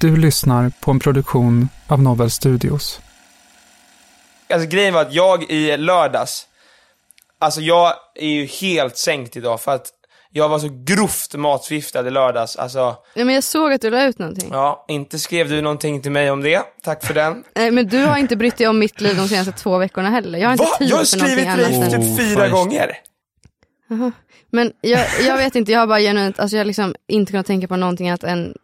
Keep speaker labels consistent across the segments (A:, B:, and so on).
A: Du lyssnar på en produktion av Novel Studios.
B: Alltså grejen var att jag i lördags, alltså jag är ju helt sänkt idag för att jag var så grovt matförgiftad i lördags. Alltså,
C: Ja, men jag såg att du la ut någonting.
B: ja, inte skrev du någonting till mig om det. Tack för den.
C: Nej, men du har inte brytt dig om mitt liv de senaste två veckorna heller. Jag har inte
B: Va?
C: tid
B: Jag har
C: för någonting
B: skrivit till
C: annat.
B: dig
C: än-
D: Oh,
B: typ fyra
A: Oj.
B: gånger.
C: Men jag, jag vet inte, jag har bara genuint, alltså jag har liksom inte kunnat tänka på någonting annat än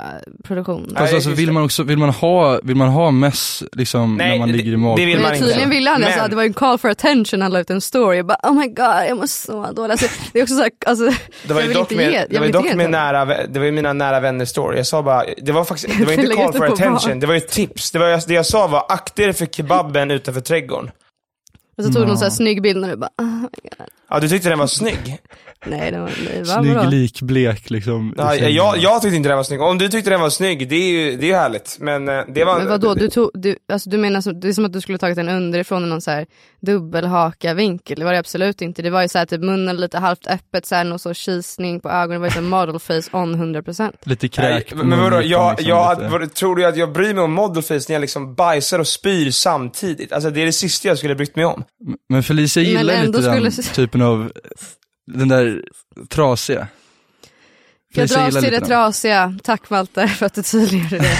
C: äh, produktion.
B: Nej,
D: Fast alltså
B: just
D: vill
B: det.
D: man också, vill man ha, vill man ha mess liksom
B: Nej,
D: när man
B: det-
D: ligger i
B: det
D: magen?
B: vill- man
C: Men
B: inte.
C: tydligen ville han det,
B: Men-
C: alltså, det var ju en call for attention, han la ut en story. Jag bara oh my god, jag mår så dåligt. Alltså, det är också så här, alltså,
B: Det var
C: jag
B: ju
C: vill
B: dock,
C: inte
B: min,
C: ge- jag
B: det var
C: vill
B: ju
C: inte
B: dock
C: ge
B: min
C: till honom.
B: nära, vä- det var ju mina nära vänner story. Jag sa bara, det var faktiskt, det var inte
C: Lägger
B: call
C: du
B: for
C: på barn?
B: attention. Det var ju tips. Det, var, jag- det jag sa var, akta er för kebaben utanför trädgården.
C: Och så tog de så här snygg bild när du bara, oh my god.
B: Ja, du tyckte den var snygg.
C: Nej, det var, det var
D: Snygg,
C: bra.
D: likblek liksom. i
B: Ja,
D: sängen.
B: jag, jag tyckte inte den var snygg. Om du tyckte den var snygg, det är ju, det är ju härligt. Men eh, det var...
C: Men vadå, du, tog, du, alltså, du menar som, det är som att du skulle tagit en underifrån i någon så här dubbelhaka-vinkel. Det var det absolut inte. Det var ju så här typ munnen lite halvt öppet sen och så kisning på ögonen. Det var ju så här model face on 100%.
D: Lite
B: Nej,
D: kräk på
B: men vadå,
D: munnen,
B: jag,
D: liksom,
B: jag,
D: lite.
B: vad- tror du att jag bryr mig om modelface när jag liksom bajsar och spyr samtidigt? Alltså det är det sista jag skulle brytt mig om.
D: Men Felicia
C: Men
D: gillar
C: ändå
D: lite den
C: skulle-
D: typen av, den där trasiga.
C: Jag
D: Felicia
C: dras
D: gillar
C: till
D: lite
C: det
D: den.
C: trasiga. Tack Malte för att du tydliggjorde det.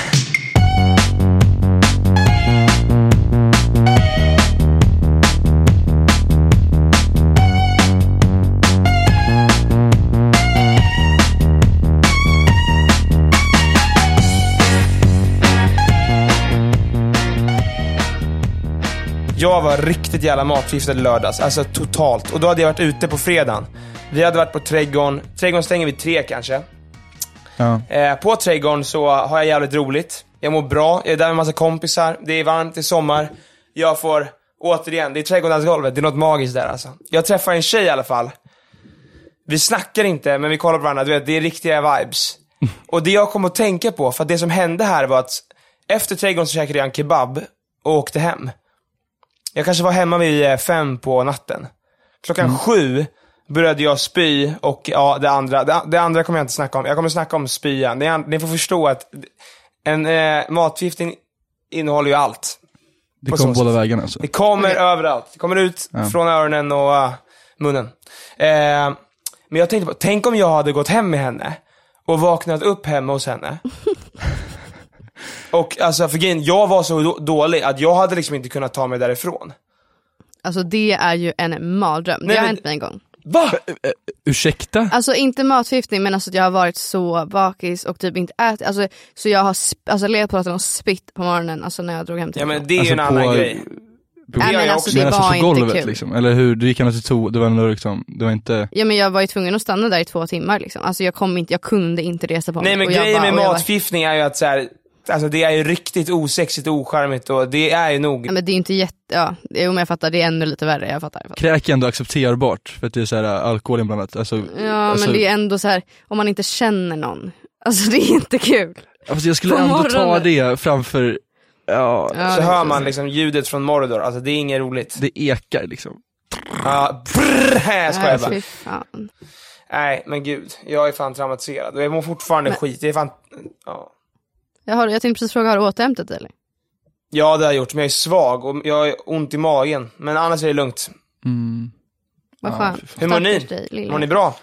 B: Jag var riktigt jävla matförgiftad i lördags, alltså totalt. Och då hade jag varit ute på fredagen. Vi hade varit på trädgården, trädgården stänger vid tre kanske.
D: Ja.
B: Eh, på trädgården så har jag jävligt roligt. Jag mår bra, jag är där med en massa kompisar, det är varmt, det är sommar. Jag får, återigen, det är trädgårdsdansgolvet, det är något magiskt där alltså. Jag träffar en tjej i alla fall. Vi snackar inte, men vi kollar på varandra, du vet, det är riktiga vibes. Och det jag kom att tänka på, för att det som hände här var att efter trädgården så käkade jag en kebab och åkte hem. Jag kanske var hemma vid eh, fem på natten. Klockan
D: Mm.
B: sju började jag spy och ja, det andra, det, det andra kommer jag inte snacka om. Jag kommer snacka om spyan. Ni, an- ni får förstå att en eh, matförgiftning innehåller ju allt.
D: Det
B: på
D: kom
B: så sätt.
D: båda vägarna alltså.
B: Det kommer överallt. Det kommer ut från öronen och ah, munnen. Eh, men jag tänkte på, tänk om jag hade gått hem med henne och vaknat upp hemma hos henne. och alltså, för grejen, jag var så då- dålig att jag hade liksom inte kunnat ta mig därifrån.
C: Alltså det är ju en mardröm.
B: Nej,
C: det har
B: men-
C: hänt mig en gång.
B: Va?
D: Ursäkta?
C: Alltså inte matförgiftning men alltså att jag har varit så bakis och typ inte ätit. Alltså, så jag har sp- alltså, legat på natten och spytt på morgonen alltså, när jag drog hem till
B: Ja men det är ju
D: Alltså,
B: en annan
D: på-
B: grej.
D: på-
C: Nej,
B: gör
C: men
B: jag
C: alltså,
B: också.
C: det
D: Men alltså
C: var
D: på golvet
C: inte kul.
D: liksom, eller hur? Du gick ändå till to, det var ändå liksom, det var inte,
C: Ja men jag var ju tvungen att stanna där i två timmar liksom. Alltså jag kom inte, jag kunde inte resa på mig.
B: Nej men
C: Och jag
B: grejen
C: bara-
B: med
C: och jag bara-
B: matförgiftning är ju att så här, alltså det är ju riktigt osexigt och ocharmigt och det är ju nog
C: Ja, men det är ju inte jätte, ja, jo men jag fattar, det är ännu lite värre, jag fattar. Jag fattar.
D: kräk är ändå accepterbart, för att det är såhär alkohol inblandat, alltså,
C: Ja
D: alltså
C: men det är ändå så här om man inte känner någon. Alltså det är inte kul.
D: alltså, jag skulle
C: på
D: ändå ta
C: morgonen.
D: det framför, ja,
C: Ja,
B: så
C: det-
B: hör man liksom ljudet från Mordor, alltså det är inget roligt.
D: det ekar liksom.
B: Ja, brrr, jag skojar
C: Nej,
B: bara.
C: Äh, fy fan.
B: Nej men gud, jag är fan traumatiserad och jag mår fortfarande skit. Det är fan... Ja.
C: Jag, har, jag tänkte precis fråga, har du återhämtat dig eller?
B: ja det har jag gjort, men jag är svag och jag har ont i magen. Men annars är det lugnt.
D: Mm.
C: Vad
D: Ja,
C: skönt.
D: fy fan.
B: Hur mår ni?
C: Stackars dig, lilla.
B: Mår ni bra?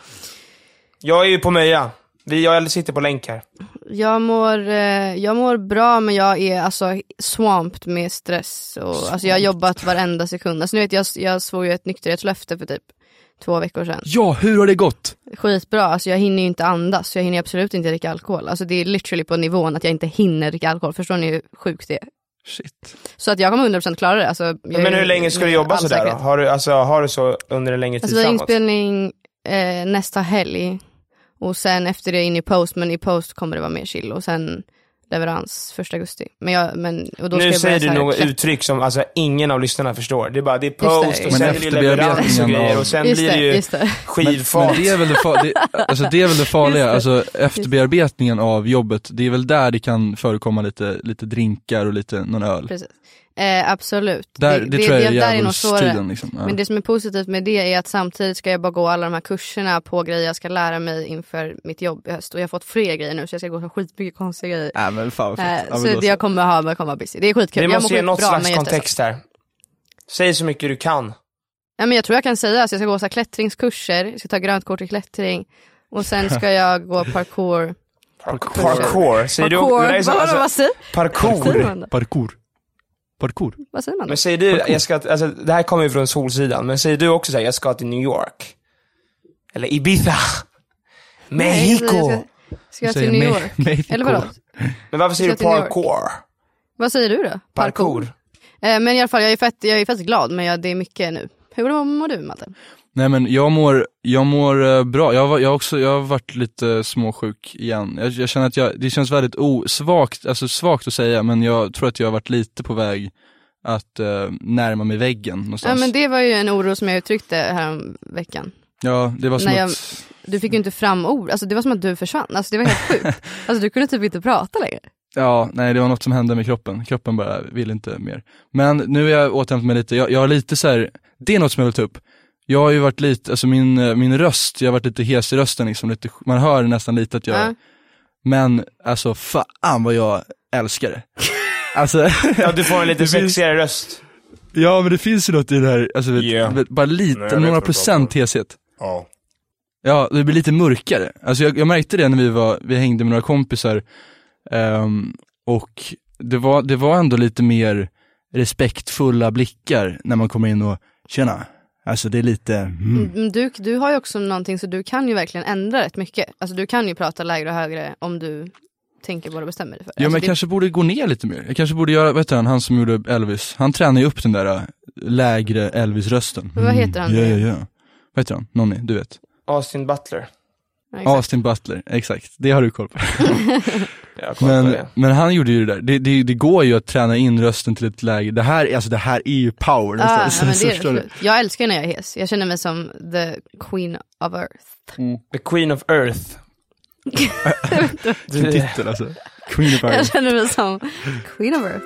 B: Jag är ju på Möja. Vi, jag sitter på länk här.
C: Jag mår, eh, jag mår bra men jag är alltså swamped med stress. Och, alltså jag har jobbat varenda sekund. Alltså, nu vet, jag, jag svor ju ett nykterhetslöfte för typ två veckor sedan.
D: Ja, hur har det gått?
C: Skitbra, alltså jag hinner ju inte andas. Jag hinner absolut inte dricka alkohol. Alltså det är literally på nivån att jag inte hinner dricka alkohol. Förstår ni hur sjukt det är?
D: Shit.
C: Så att jag kommer 100% klara det. Alltså, jag är
B: Men hur
C: ju-
B: länge ska du
C: med
B: jobba
C: all
B: sådär då?
C: säkerhet.
B: Har du, alltså, har du så under en längre tid
C: Alltså vi har
B: framåt?
C: inspelning eh, nästa helg och sen efter det in i post, men i post kommer det vara mer chill och sen leverans första augusti. Men jag, men, och då ska
B: Nu
C: jag
B: säger
C: börja
B: du
C: så här
B: något
C: klätt-
B: uttryck som alltså, ingen av lyssnarna förstår. Det är bara det är
C: det,
B: post och
C: just
B: sen
C: det.
B: blir det
D: Men
B: leverans och
D: efterbearbetningen
B: grejer
D: av-
B: och sen
C: Just
B: blir det ju
C: just det.
D: Men,
B: skivfat.
D: men det, är väl det, fa- det, alltså det är väl det farliga,
C: Just
D: alltså efterbearbetningen av jobbet, det är väl där det kan förekomma lite, lite drinkar och lite, någon öl.
C: Precis. Eh, absolut.
D: Där, det, tror jag är
C: där nog svårare.
D: djävulstiden liksom. Ja.
C: Men det som är positivt med det är att samtidigt ska jag bara gå alla de här kurserna på grejer jag ska lära mig inför mitt jobb i höst. Och jag har fått fler grejer nu så jag ska gå så skitmycket konstiga grejer.
D: Nej men fan vad
C: Eh,
D: fett. Ja, men
C: så
D: då
C: det jag kommer ha, kommer vara busy. Det är skitkul.
B: Vi
C: jag
B: måste
C: mår
B: ge något
C: skitbra, men
B: slags
C: jag är stressad.
B: kontext här. Säg så mycket du kan.
C: Ja, men jag tror jag kan säga, alltså, jag ska gå så här klättringskurser, jag ska ta grönt kort i klättring och sen ska jag gå parkour.
B: Parkour. Parkour. Säger du,
C: parkour.
B: det där är så-
C: Vad-
B: alltså,
C: vad, säger, vad, säger
B: parkour.
C: man då?
D: Parkour. Parkour.
C: vad säger man då?
B: Men säger du, jag ska, alltså, det här kommer ju från Solsidan, men säger du också såhär, jag ska till New York? Eller Ibiza?
C: Nej,
B: Mexico?
C: jag Ska jag
D: Säger
C: till New
D: Me-
C: York?
D: Mexico.
C: Eller vadå?
B: Men varför säger
C: Jag
B: du
C: ska till New York.
B: parkour?
C: Vad säger du då?
B: Parkour.
C: Eh, men i alla fall, jag är fett, jag är fett glad men jag, det är mycket nu. Hur mår du Malte?
D: Nej men jag mår, jag mår eh, bra. Jag, var, jag, har också, jag har varit lite småsjuk igen. Jag, jag känner att jag, det känns väldigt o, svagt, alltså svagt att säga men jag tror att jag har varit lite på väg att eh, närma mig väggen
C: Ja,
D: någonstans.
C: men det var ju en oro som jag uttryckte här om veckan.
D: Ja, det var som
C: Nej,
D: att,
C: Du fick ju inte fram ord, alltså, det var som att du försvann. Alltså, det var helt sjukt. Alltså, du kunde typ inte prata längre.
D: ja, nej det var något som hände med kroppen. Kroppen bara vill inte mer. Men nu har jag återhämtat mig lite. Jag, jag har lite så här, det är något som jag vill ta upp. Jag har ju varit lite, alltså min, eh, min röst, jag har varit lite hes i rösten liksom. Lite, man hör nästan lite att jag
C: Ja.
D: Men alltså fan vad jag älskar det. Alltså,
B: Ja, du får en lite
D: Det finns-
B: sexigare röst.
D: ja men det finns ju något i det här, alltså, vet-
E: Yeah.
D: vet, bara lite,
E: Nej, jag vet
D: några
E: vad du
D: procent
E: pratar
D: heshet.
E: Ja.
D: Ja, det blir lite mörkare. Alltså jag, jag märkte det när vi var, vi hängde med några kompisar ehm, och det var, det var ändå lite mer respektfulla blickar när man kommer in och tjena, alltså det är lite, mm.
C: Mm, Du, du har ju också någonting så du kan ju verkligen ändra rätt mycket. Alltså du kan ju prata lägre och högre om du tänker på det och bestämmer dig för.
D: Ja men
C: alltså,
D: jag
C: det,
D: kanske borde gå ner lite mer. Jag kanske borde göra, vad heter han, han som gjorde Elvis, han tränar ju upp den där äh, lägre Elvis-rösten.
C: Vad heter han
D: Ja,
C: nu?
D: ja, ja. Vad heter han? Nonny, du vet.
B: Austin Butler.
C: ja, exakt.
D: Austin Butler, exakt. Det har du koll på.
B: Jag har koll på
D: Men,
B: det.
D: men han gjorde ju det där. Det, det, det går ju att träna in rösten till ett läge, det här, alltså det här är ju power
C: Ah,
D: någonstans.
C: ja, men
D: Så
C: det
D: förstår
C: är
D: du?
C: det. Jag älskar när jag är hes. Jag känner mig som the queen of earth.
B: The Queen of Earth.
D: Sin
B: Du,
D: titel alltså. Queen of
C: Jag
D: Ireland.
C: känner mig som queen of earth.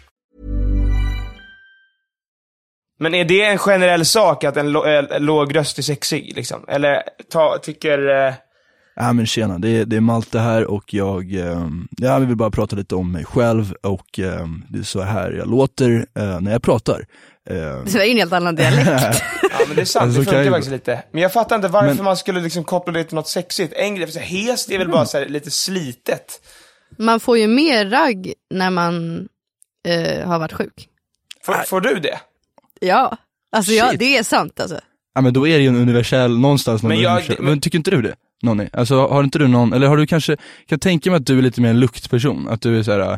B: men är det en generell sak att en lo- eh, låg röst är sexig? Liksom? Eller ta, tycker... Eh,
D: Ja men tjena, det är, det är Malte här och jag, ehm, ja vi vill bara prata lite om mig själv och ehm, det är så här jag låter eh, när jag pratar. Ehm,
C: Det var ju en helt annan dialekt.
B: ja, men det är sant,
D: Alltså,
B: det
D: kan
B: funkar
D: jag-
B: faktiskt lite. Men jag fattar inte varför
D: Men-
B: man skulle liksom koppla det till något sexigt. En grej, för så här, hes det är väl bara så här, lite slitet.
C: Man får ju mer ragg när man eh, har varit sjuk.
B: Får,
D: Aj.
B: får du det?
C: Ja, alltså jag,
D: Shit.
C: det är sant alltså.
D: Ja men då är det ju en universell, någonstans någon
B: Men
D: men,
B: jag-
D: universell.
B: men-
D: Men, tycker inte du det? Nonny? Alltså har inte du någon, eller har du kanske, kan jag tänka mig att du är lite mer en luktperson? Att du är så här. äh,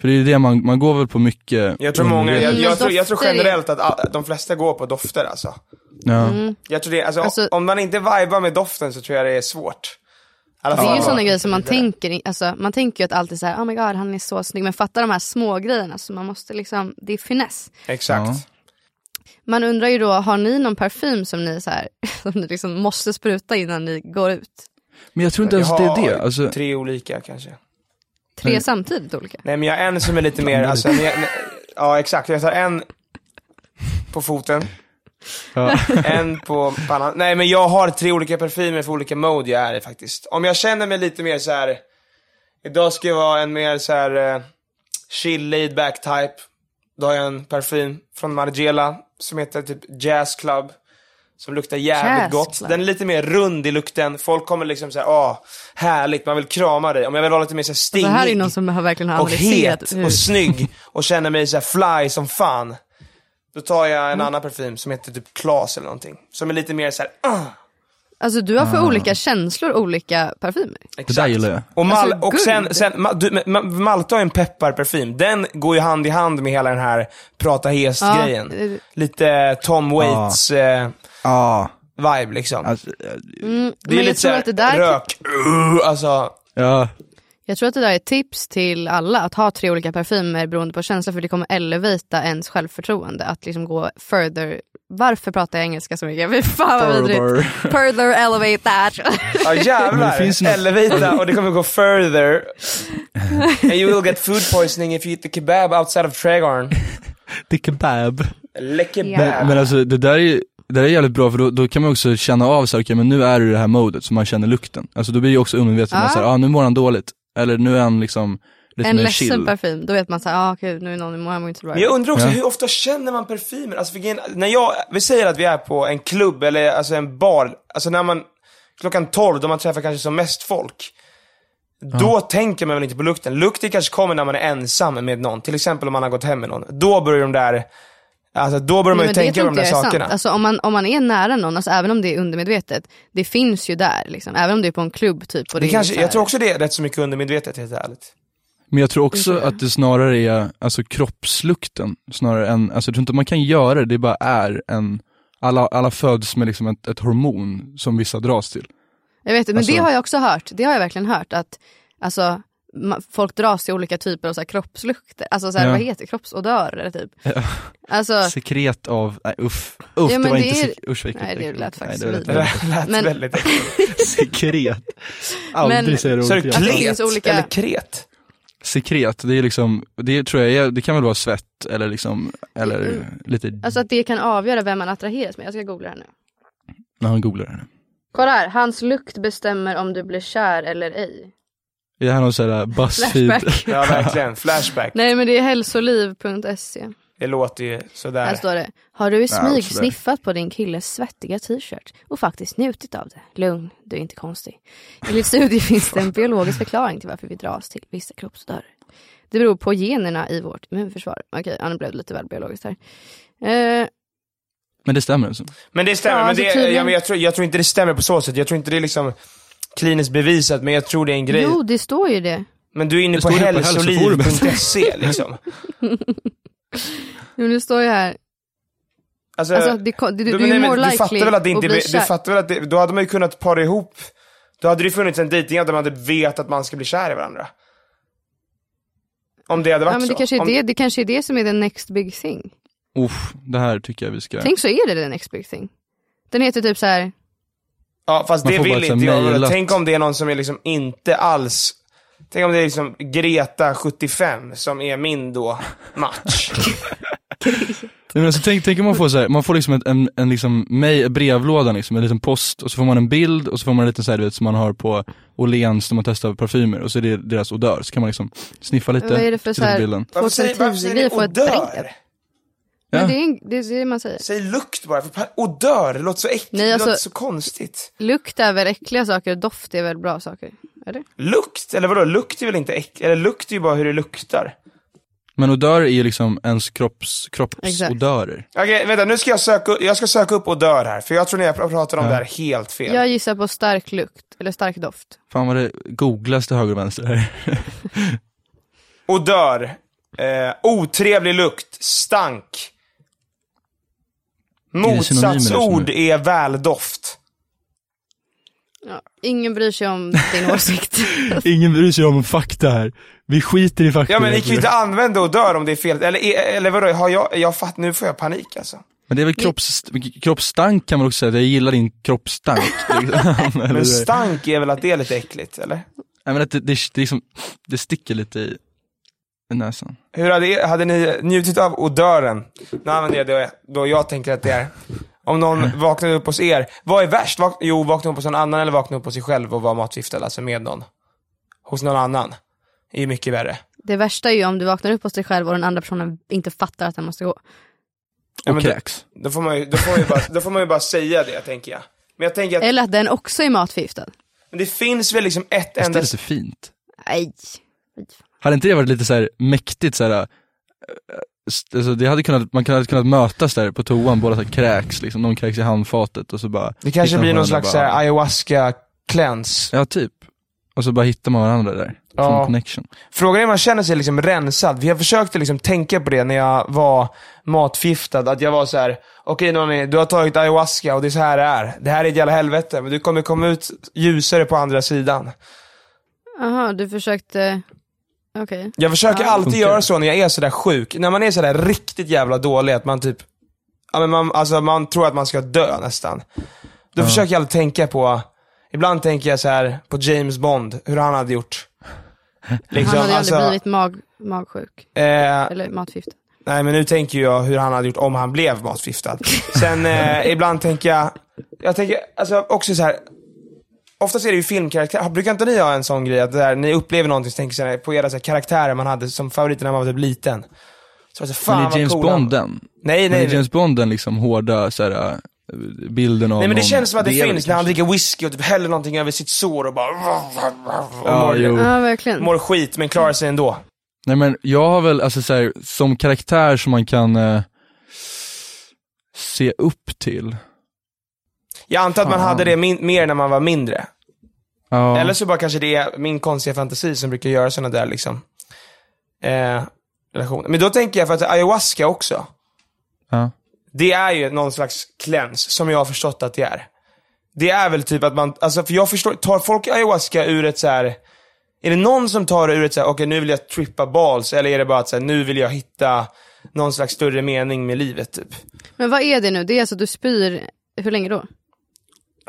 D: för det är ju det man, man går väl på mycket
B: Jag tror många, jag,
C: Mm, men
B: jag, tror, jag tror
C: dofter är-
B: generellt att, att de flesta går på dofter alltså.
D: Ja.
B: Jag tror det, alltså,
C: Alltså-
B: om man inte vibar med doften så tror jag det är svårt. I alla
C: Det är
B: fall-
C: ju sådana grejer som man tänker, i- alltså, man tänker ju att alltid såhär, oh my god han är så snygg, men fatta de här små grejerna så man måste liksom, det är finess.
B: Exakt.
D: Ja.
C: Man undrar ju då, har ni någon parfym som ni, så här, som ni liksom måste spruta innan ni går ut?
D: Men jag tror inte ens det
B: Jag
D: är
B: har
D: det, alltså,
B: tre olika kanske.
C: Tre
D: Nej.
C: samtidigt olika?
B: Nej men jag har en som är lite mer, alltså, men jag, ja exakt, jag tar en på foten,
D: ja.
B: en på pannan. Nej men jag har tre olika parfymer för olika mode jag är i faktiskt. Om jag känner mig lite mer så här. idag ska jag vara en mer så här eh, chill laid back type. Då har jag en parfym från Margiela som heter typ Jazz Club. Som luktar jävligt
C: Jazz
B: gott.
C: Club.
B: Den är lite mer rund i lukten, folk kommer liksom såhär, åh, härligt, man vill krama dig. Om jag vill vara lite mer såhär
C: Så
B: stimmig
C: Alltså, här är ju någon som har verkligen har
B: och het
C: analyserat hur...
B: och snygg och känner mig så här fly som fan. Då tar jag en annan parfym som heter typ Klas eller någonting. Som är lite mer så här. ah,
C: Alltså du har för olika känslor, olika parfymer.
D: det där gillar jag.
B: Och, mal-
C: Alltså,
B: och sen,
C: guld.
B: sen ma- du, men- ma- Malta har ju en pepparparfym. Den går ju hand i hand med hela den här prata hest-grejen.
C: eh,
B: Lite Tom Waits eh,
D: Ja,
B: vibe liksom.
D: alltså,
C: Mm,
B: det är
C: men
B: lite
C: jag tror,
B: såhär
C: att det där,
B: rök, uh, alltså.
D: ja.
C: jag tror att det där är ett tips till alla, att ha tre olika parfymer beroende på känsla, för det kommer elevata ens självförtroende. Att liksom gå further, varför pratar jag engelska så mycket? Fy fan vad vidrigt.
D: Further.
C: Further elevate that.
B: Ja
D: Men
B: jävlar.
D: det finns något-
B: Elevita och det kommer gå further. And you will get food poisoning if you eat the kebab outside of Trädgården.
D: Det är kebab.
B: Läcker
C: Ja.
D: Men, men alltså det där är ju, det där är jävligt bra för då, då kan man också känna av så här, okej men nu är du i det här modet så man känner lukten. Alltså då blir ju också undermedvetet, man
C: Ja.
D: säger ah nu mår han dåligt. Eller nu är han liksom lite
C: en
D: mer
C: ledsen
D: chill.
C: parfym, då vet man såhär, ah, okej nu är någon i morgon inte så bra.
B: Men jag undrar också
D: Ja.
B: hur ofta känner man parfymer? Alltså vilken, när jag, vi säger att vi är på en klubb eller alltså en bar, alltså när man, klockan 12 då man träffar kanske som mest folk. Då tänker man väl inte på lukten. Lukten kanske kommer när man är ensam med någon, till exempel om man har gått hem med någon. Då börjar de där, alltså då börjar man ju
C: Nej, men det
B: tänka på
C: tror
B: de
C: inte
B: där
C: jag är sant.
B: sakerna.
C: Alltså, om, man, om man är nära någon, alltså, även om det är undermedvetet, det finns ju där. Liksom. Även om det är på en klubb typ. Och det
B: det
C: är
B: kanske,
C: så här-
B: jag tror också det är rätt så mycket undermedvetet helt ärligt.
D: Men jag tror också att det snarare är alltså kroppslukten snarare än, alltså jag tror inte man kan göra det, det bara är en, alla, alla föds med liksom ett, ett hormon som vissa dras till.
C: Jag vet, men det
D: Alltså-
C: har jag också hört. Det har jag verkligen hört. Att alltså, ma- folk dras till olika typer av så här, kroppslukter. Alltså så här,
D: Ja.
C: vad heter det? Kroppsodörer typ. Alltså,
D: Sekret av, nej uff, uff
C: Ja, men
D: det var
C: det
D: inte
C: är-
D: sek- usch, vad
C: Nej,
D: äckligt.
C: det lät faktiskt
D: Nej, det var
C: lite-
D: lite-
B: Det lät
C: Men-
B: väldigt...
D: Sekret, aldrig
C: Men-
D: säger det
B: Så är
D: ordet
B: det
D: igen.
C: det
B: klet?
C: finns olika-
B: Eller kret?
D: Sekret, det är liksom, det tror jag är, det kan väl vara svett eller liksom,
C: Mm.
D: eller lite,
C: alltså att det kan avgöra vem man attraheras med. Jag ska googla här nu.
D: när han googlar det här.
C: Kolla här, hans lukt bestämmer om du blir kär eller ej.
D: Är det här någon sån här buzzfeed?
C: Flashback.
B: Ja, verkligen. Flashback.
C: Nej men det är hälsoliv.se.
B: Det låter ju sådär.
C: Här står det. Har du i smyg
B: alltså
D: också det.
C: sniffat på din killes svettiga t-shirt och faktiskt njutit av det? Lugn, du är inte konstig. Enligt studier finns det en biologisk förklaring till varför vi dras till vissa kroppsdörrar. Det beror på generna i vårt immunförsvar. Okej, ja, nu blev det lite väl biologiskt här. Eh,
D: Men det stämmer alltså?
B: Men det stämmer,
C: Ja,
B: men
C: alltså
B: det,
C: tydligen-
B: ja, men jag, tror, jag tror inte det stämmer på så sätt. Jag tror inte det är liksom kliniskt bevisat, men jag tror det är en grej.
C: jo, det står ju det.
B: men du är inne
D: Det
B: på
D: står det på
B: hälsoliv.se liksom.
C: Jo, det står ju här.
B: Alltså,
C: Alltså, det, ko- det, du,
B: men
C: du är
B: nej, men
C: more
B: du fattar
C: likely
B: väl att det inte,
C: att bli
B: du
C: kär.
B: fattar väl att det, då hade man ju kunnat para ihop, då hade det ju funnits en dejtingapp där man hade vet att man ska bli kär i varandra. Om det hade varit
C: ja, men det,
B: så.
C: kanske är
B: Om,
C: det, det kanske är det som är the next big thing.
D: Uff, det här tycker jag vi ska...
C: Tänk så är det the next big thing. Den heter typ så här.
B: Ja, fast
D: Man
B: det
D: får bara
B: vill
D: så här
B: inte jag.
D: mejlat.
B: Tänk om det är någon som är liksom inte alls... Tänk om det är liksom Greta, 75, som är min då match.
D: Nej, men alltså, tänk, tänk om man får så här, man får liksom ett, en, en liksom, mej, brevlåda liksom, en liten post och så får man en bild och så får man en liten så här, du vet, som man har på Åhléns när man testar parfymer och så är det deras odör, så kan man liksom sniffa lite,
C: Vad är det för
D: titta på
C: så här-
D: bilden.
B: Varför säger, varför säger
C: 2010
B: ni
C: får ett brev.
B: odör?
C: Men
D: Ja.
C: det, är, en- det är det man säger.
B: Säg lukt bara, för pa- odör, det låter så äckligt,
C: Nej,
B: det
C: alltså-
B: låter så konstigt.
C: Lukt är väl äckliga saker och doft är väl bra saker? Eller?
B: Lukt? Eller vadå? Lukt är väl inte äck... Eller lukt är ju bara hur det luktar.
D: Men odörer är ju liksom ens kropps, kroppsodörer.
B: Okej, vänta. Nu ska jag söka, upp- jag ska söka upp odör här. För jag tror ni jag pratar om det här helt fel.
C: Jag gissar på stark lukt, eller stark doft.
D: Fan vad det googlas till höger och vänster här.
B: Odör. Eh, otrevlig lukt. Stank.
D: det synonymer liksom? det som är-
B: Motsatsord är väldoft.
C: Ja. Ingen bryr sig om din åsikt.
D: Ingen bryr sig om fakta här. Vi skiter i fakta.
B: Ja men ni kan ju inte använda odör om det är fel. Eller, eh, eller vadå? Har jag, jag fatt, nu får jag panik alltså.
D: Men det är väl kropps, kroppsstank kan man också säga, jag gillar din kroppsstank. liksom. Eller-
B: Men stank är väl att det är lite äckligt, eller?
D: Nej men att det, det, det, liksom, det sticker lite i, i näsan.
B: Hur hade, hade ni njutit av odören? Nu använder jag det då jag tänker att det är. Om någon vaknade upp hos er, vad är värst? Vak jo, vakna upp hos någon annan eller vakna upp hos sig själv och vara matförgiftad, alltså med någon. Hos någon annan. är ju mycket värre.
C: Det värsta är ju om du vaknar upp hos dig själv och den andra personen inte fattar att den måste gå.
B: Ja,
D: Och
B: men
D: kräks. Alltså,
B: då, då, får man ju, då, får man ju bara, då får man ju bara säga det, tänker jag. Men jag tänker att
C: Eller att den också är matförgiftad.
B: men det finns väl liksom ett
D: Visst är
B: enda...
D: det så fint?
C: Nej.
D: Hade inte det varit lite så här mäktigt så här, äh, st- alltså det hade kunnat, man hade kunnat mötas där på toan, båda så här kräks liksom, någon kräks i handfatet och så bara
B: Det kanske
D: hittar
B: blir
D: man
B: någon
D: varandra
B: slags eh, äh,
D: och bara-
B: såhär ayahuasca cleanse.
D: Ja typ, och så bara hittar man varandra där,
B: Ja.
D: från connection
B: Frågan är om man känner sig liksom rensad. Jag försökte liksom tänka på det när jag var matförgiftad. Att jag var så här: okej Nonny, du har tagit ayahuasca och det är så här det är. Det här är ett jävla helvete, men du kommer komma ut ljusare på andra sidan.
C: Jaha, du försökte... Okej.
B: Jag försöker
C: Ja.
B: alltid
D: Funkar.
B: göra så när jag är sådär sjuk. När man är sådär riktigt jävla dålig, att man typ, ja men man, alltså man tror att man ska dö nästan. Då försöker jag alltid tänka på, ibland tänker jag så här på James Bond, hur han hade gjort. Liksom,
C: Han hade ju
B: alltså,
C: aldrig blivit mag, magsjuk.
B: eh,
C: Eller matförgiftad.
B: Nej, men nu tänker jag hur han hade gjort om han blev matförgiftad. Sen eh, ibland tänker jag, jag tänker alltså också så här. Oftast är det ju filmkaraktär. Brukar inte ni ha en sån grej att där, ni upplever någonting så tänker så här, på era så här, karaktärer man hade som favoriter när man var typ liten? Så alltså, fan
D: Men är James
B: vad cool han-
D: Bond den?
B: Nej,
D: Men
B: nej.
D: är James Bond den liksom hårda så här, äh, bilden av
B: Nej men det
D: någon
B: känns som att det
D: del,
B: finns när han
D: kanske?
B: dricker whisky och typ häller någonting över sitt sår och bara... Och
D: Ja,
B: mår,
D: jo.
C: Ja, verkligen.
B: mår skit men klarar sig ändå.
D: Nej men jag har väl, alltså så här, som karaktär som man kan eh, se upp till
B: Jag antar att man
D: Fan.
B: hade det min- mer när man var mindre.
D: Ja.
B: Eller så bara kanske det är min konstiga fantasi som brukar göra sådana där liksom, eh, relationer. Men då tänker jag för att ayahuasca också,
D: ja.
B: det är ju någon slags cleanse, som jag har förstått att det är. Det är väl typ att man, alltså för jag förstår, tar folk ayahuasca ur ett så här. är det någon som tar det ur ett så här, okej nu vill jag trippa balls, eller är det bara att så här, nu vill jag hitta någon slags större mening med livet typ?
C: Men vad är det nu? Det är alltså att du spyr, hur länge då?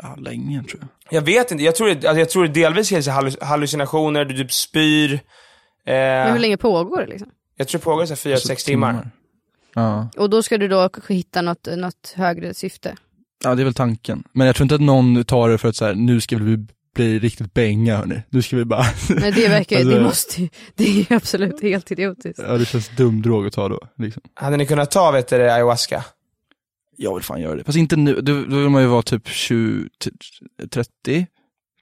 D: ja, länge tror jag
B: Jag vet inte, jag tror, det- alltså, jag tror det delvis är så här hallu- hallucinationer, du typ spyr. Eh,
C: Men hur länge Alltså, pågår det liksom?
B: jag tror det pågår
D: Alltså,
B: 4-6 timmar.
D: Ja.
C: Och då ska du då k- hitta något, något högre syfte.
D: Ja det är väl tanken. Men jag tror inte att någon tar det för att så här, nu ska vi bli, bli riktigt bänga hörni. Nu ska vi bara,
C: Nej det verkar ju, det
D: Alltså-
C: måste ju, det är ju absolut helt idiotiskt.
D: ja det känns dum drog att ta då. Liksom.
B: Hade ni kunnat ta vet du, det, ayahuasca?
D: Jag vill fan göra det. Fast inte nu, då, då vill man ju vara typ 20, t- 30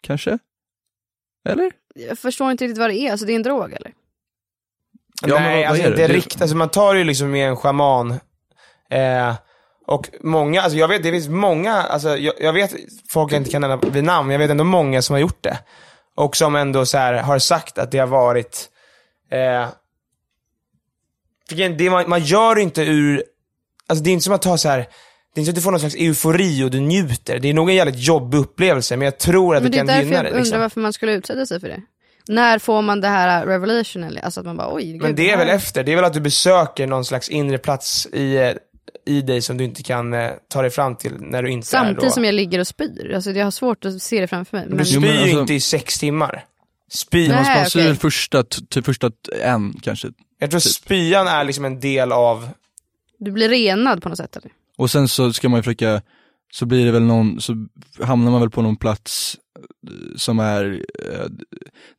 D: kanske? Eller?
C: Jag förstår inte riktigt vad det är, alltså det är en drog eller?
D: Ja, men vad-
B: Nej,
D: vad
B: alltså
D: är det?
B: inte
D: Det-
B: riktigt. Alltså, man tar det ju liksom med en shaman. Eh, och många, alltså jag vet, det finns många, alltså jag, jag vet, folk jag inte kan nämna vid namn, jag vet ändå många som har gjort det. Och som ändå så här, har sagt att det har varit, eh, för igen, det, man, man gör det inte ur, alltså det är inte som att ta så här. det är inte så att du får någon slags eufori och du njuter. Det är nog en jävligt jobbig upplevelse, men jag tror att
C: Men
B: det,
C: det
B: kan
C: är därför
B: gynna
C: jag
B: det.
C: undrar
B: Liksom.
C: varför man skulle utsätta sig för det. När får man det här revelationen? Alltså att man bara oj, gud,
B: Men det är väl
C: här-
B: efter, det är väl att du besöker någon slags inre plats i, eh, i dig som du inte kan eh, ta dig fram till när du inte är då. Mm.
C: Samtidigt som jag ligger och spyr. Alltså jag har svårt att se det framför mig.
B: Du
C: Men
B: spyr
D: Jo, men
B: ju
D: alltså-
B: inte i sex timmar. Spy.
C: Nej.
D: Man
C: okej.
D: spyr första, t- typ första t- en kanske.
B: Jag tror spyan är liksom en del av,
C: du blir renad på något sätt eller?
D: Och sen så ska man ju försöka, så blir det väl någon, så hamnar man väl på någon plats eh, som är, eh,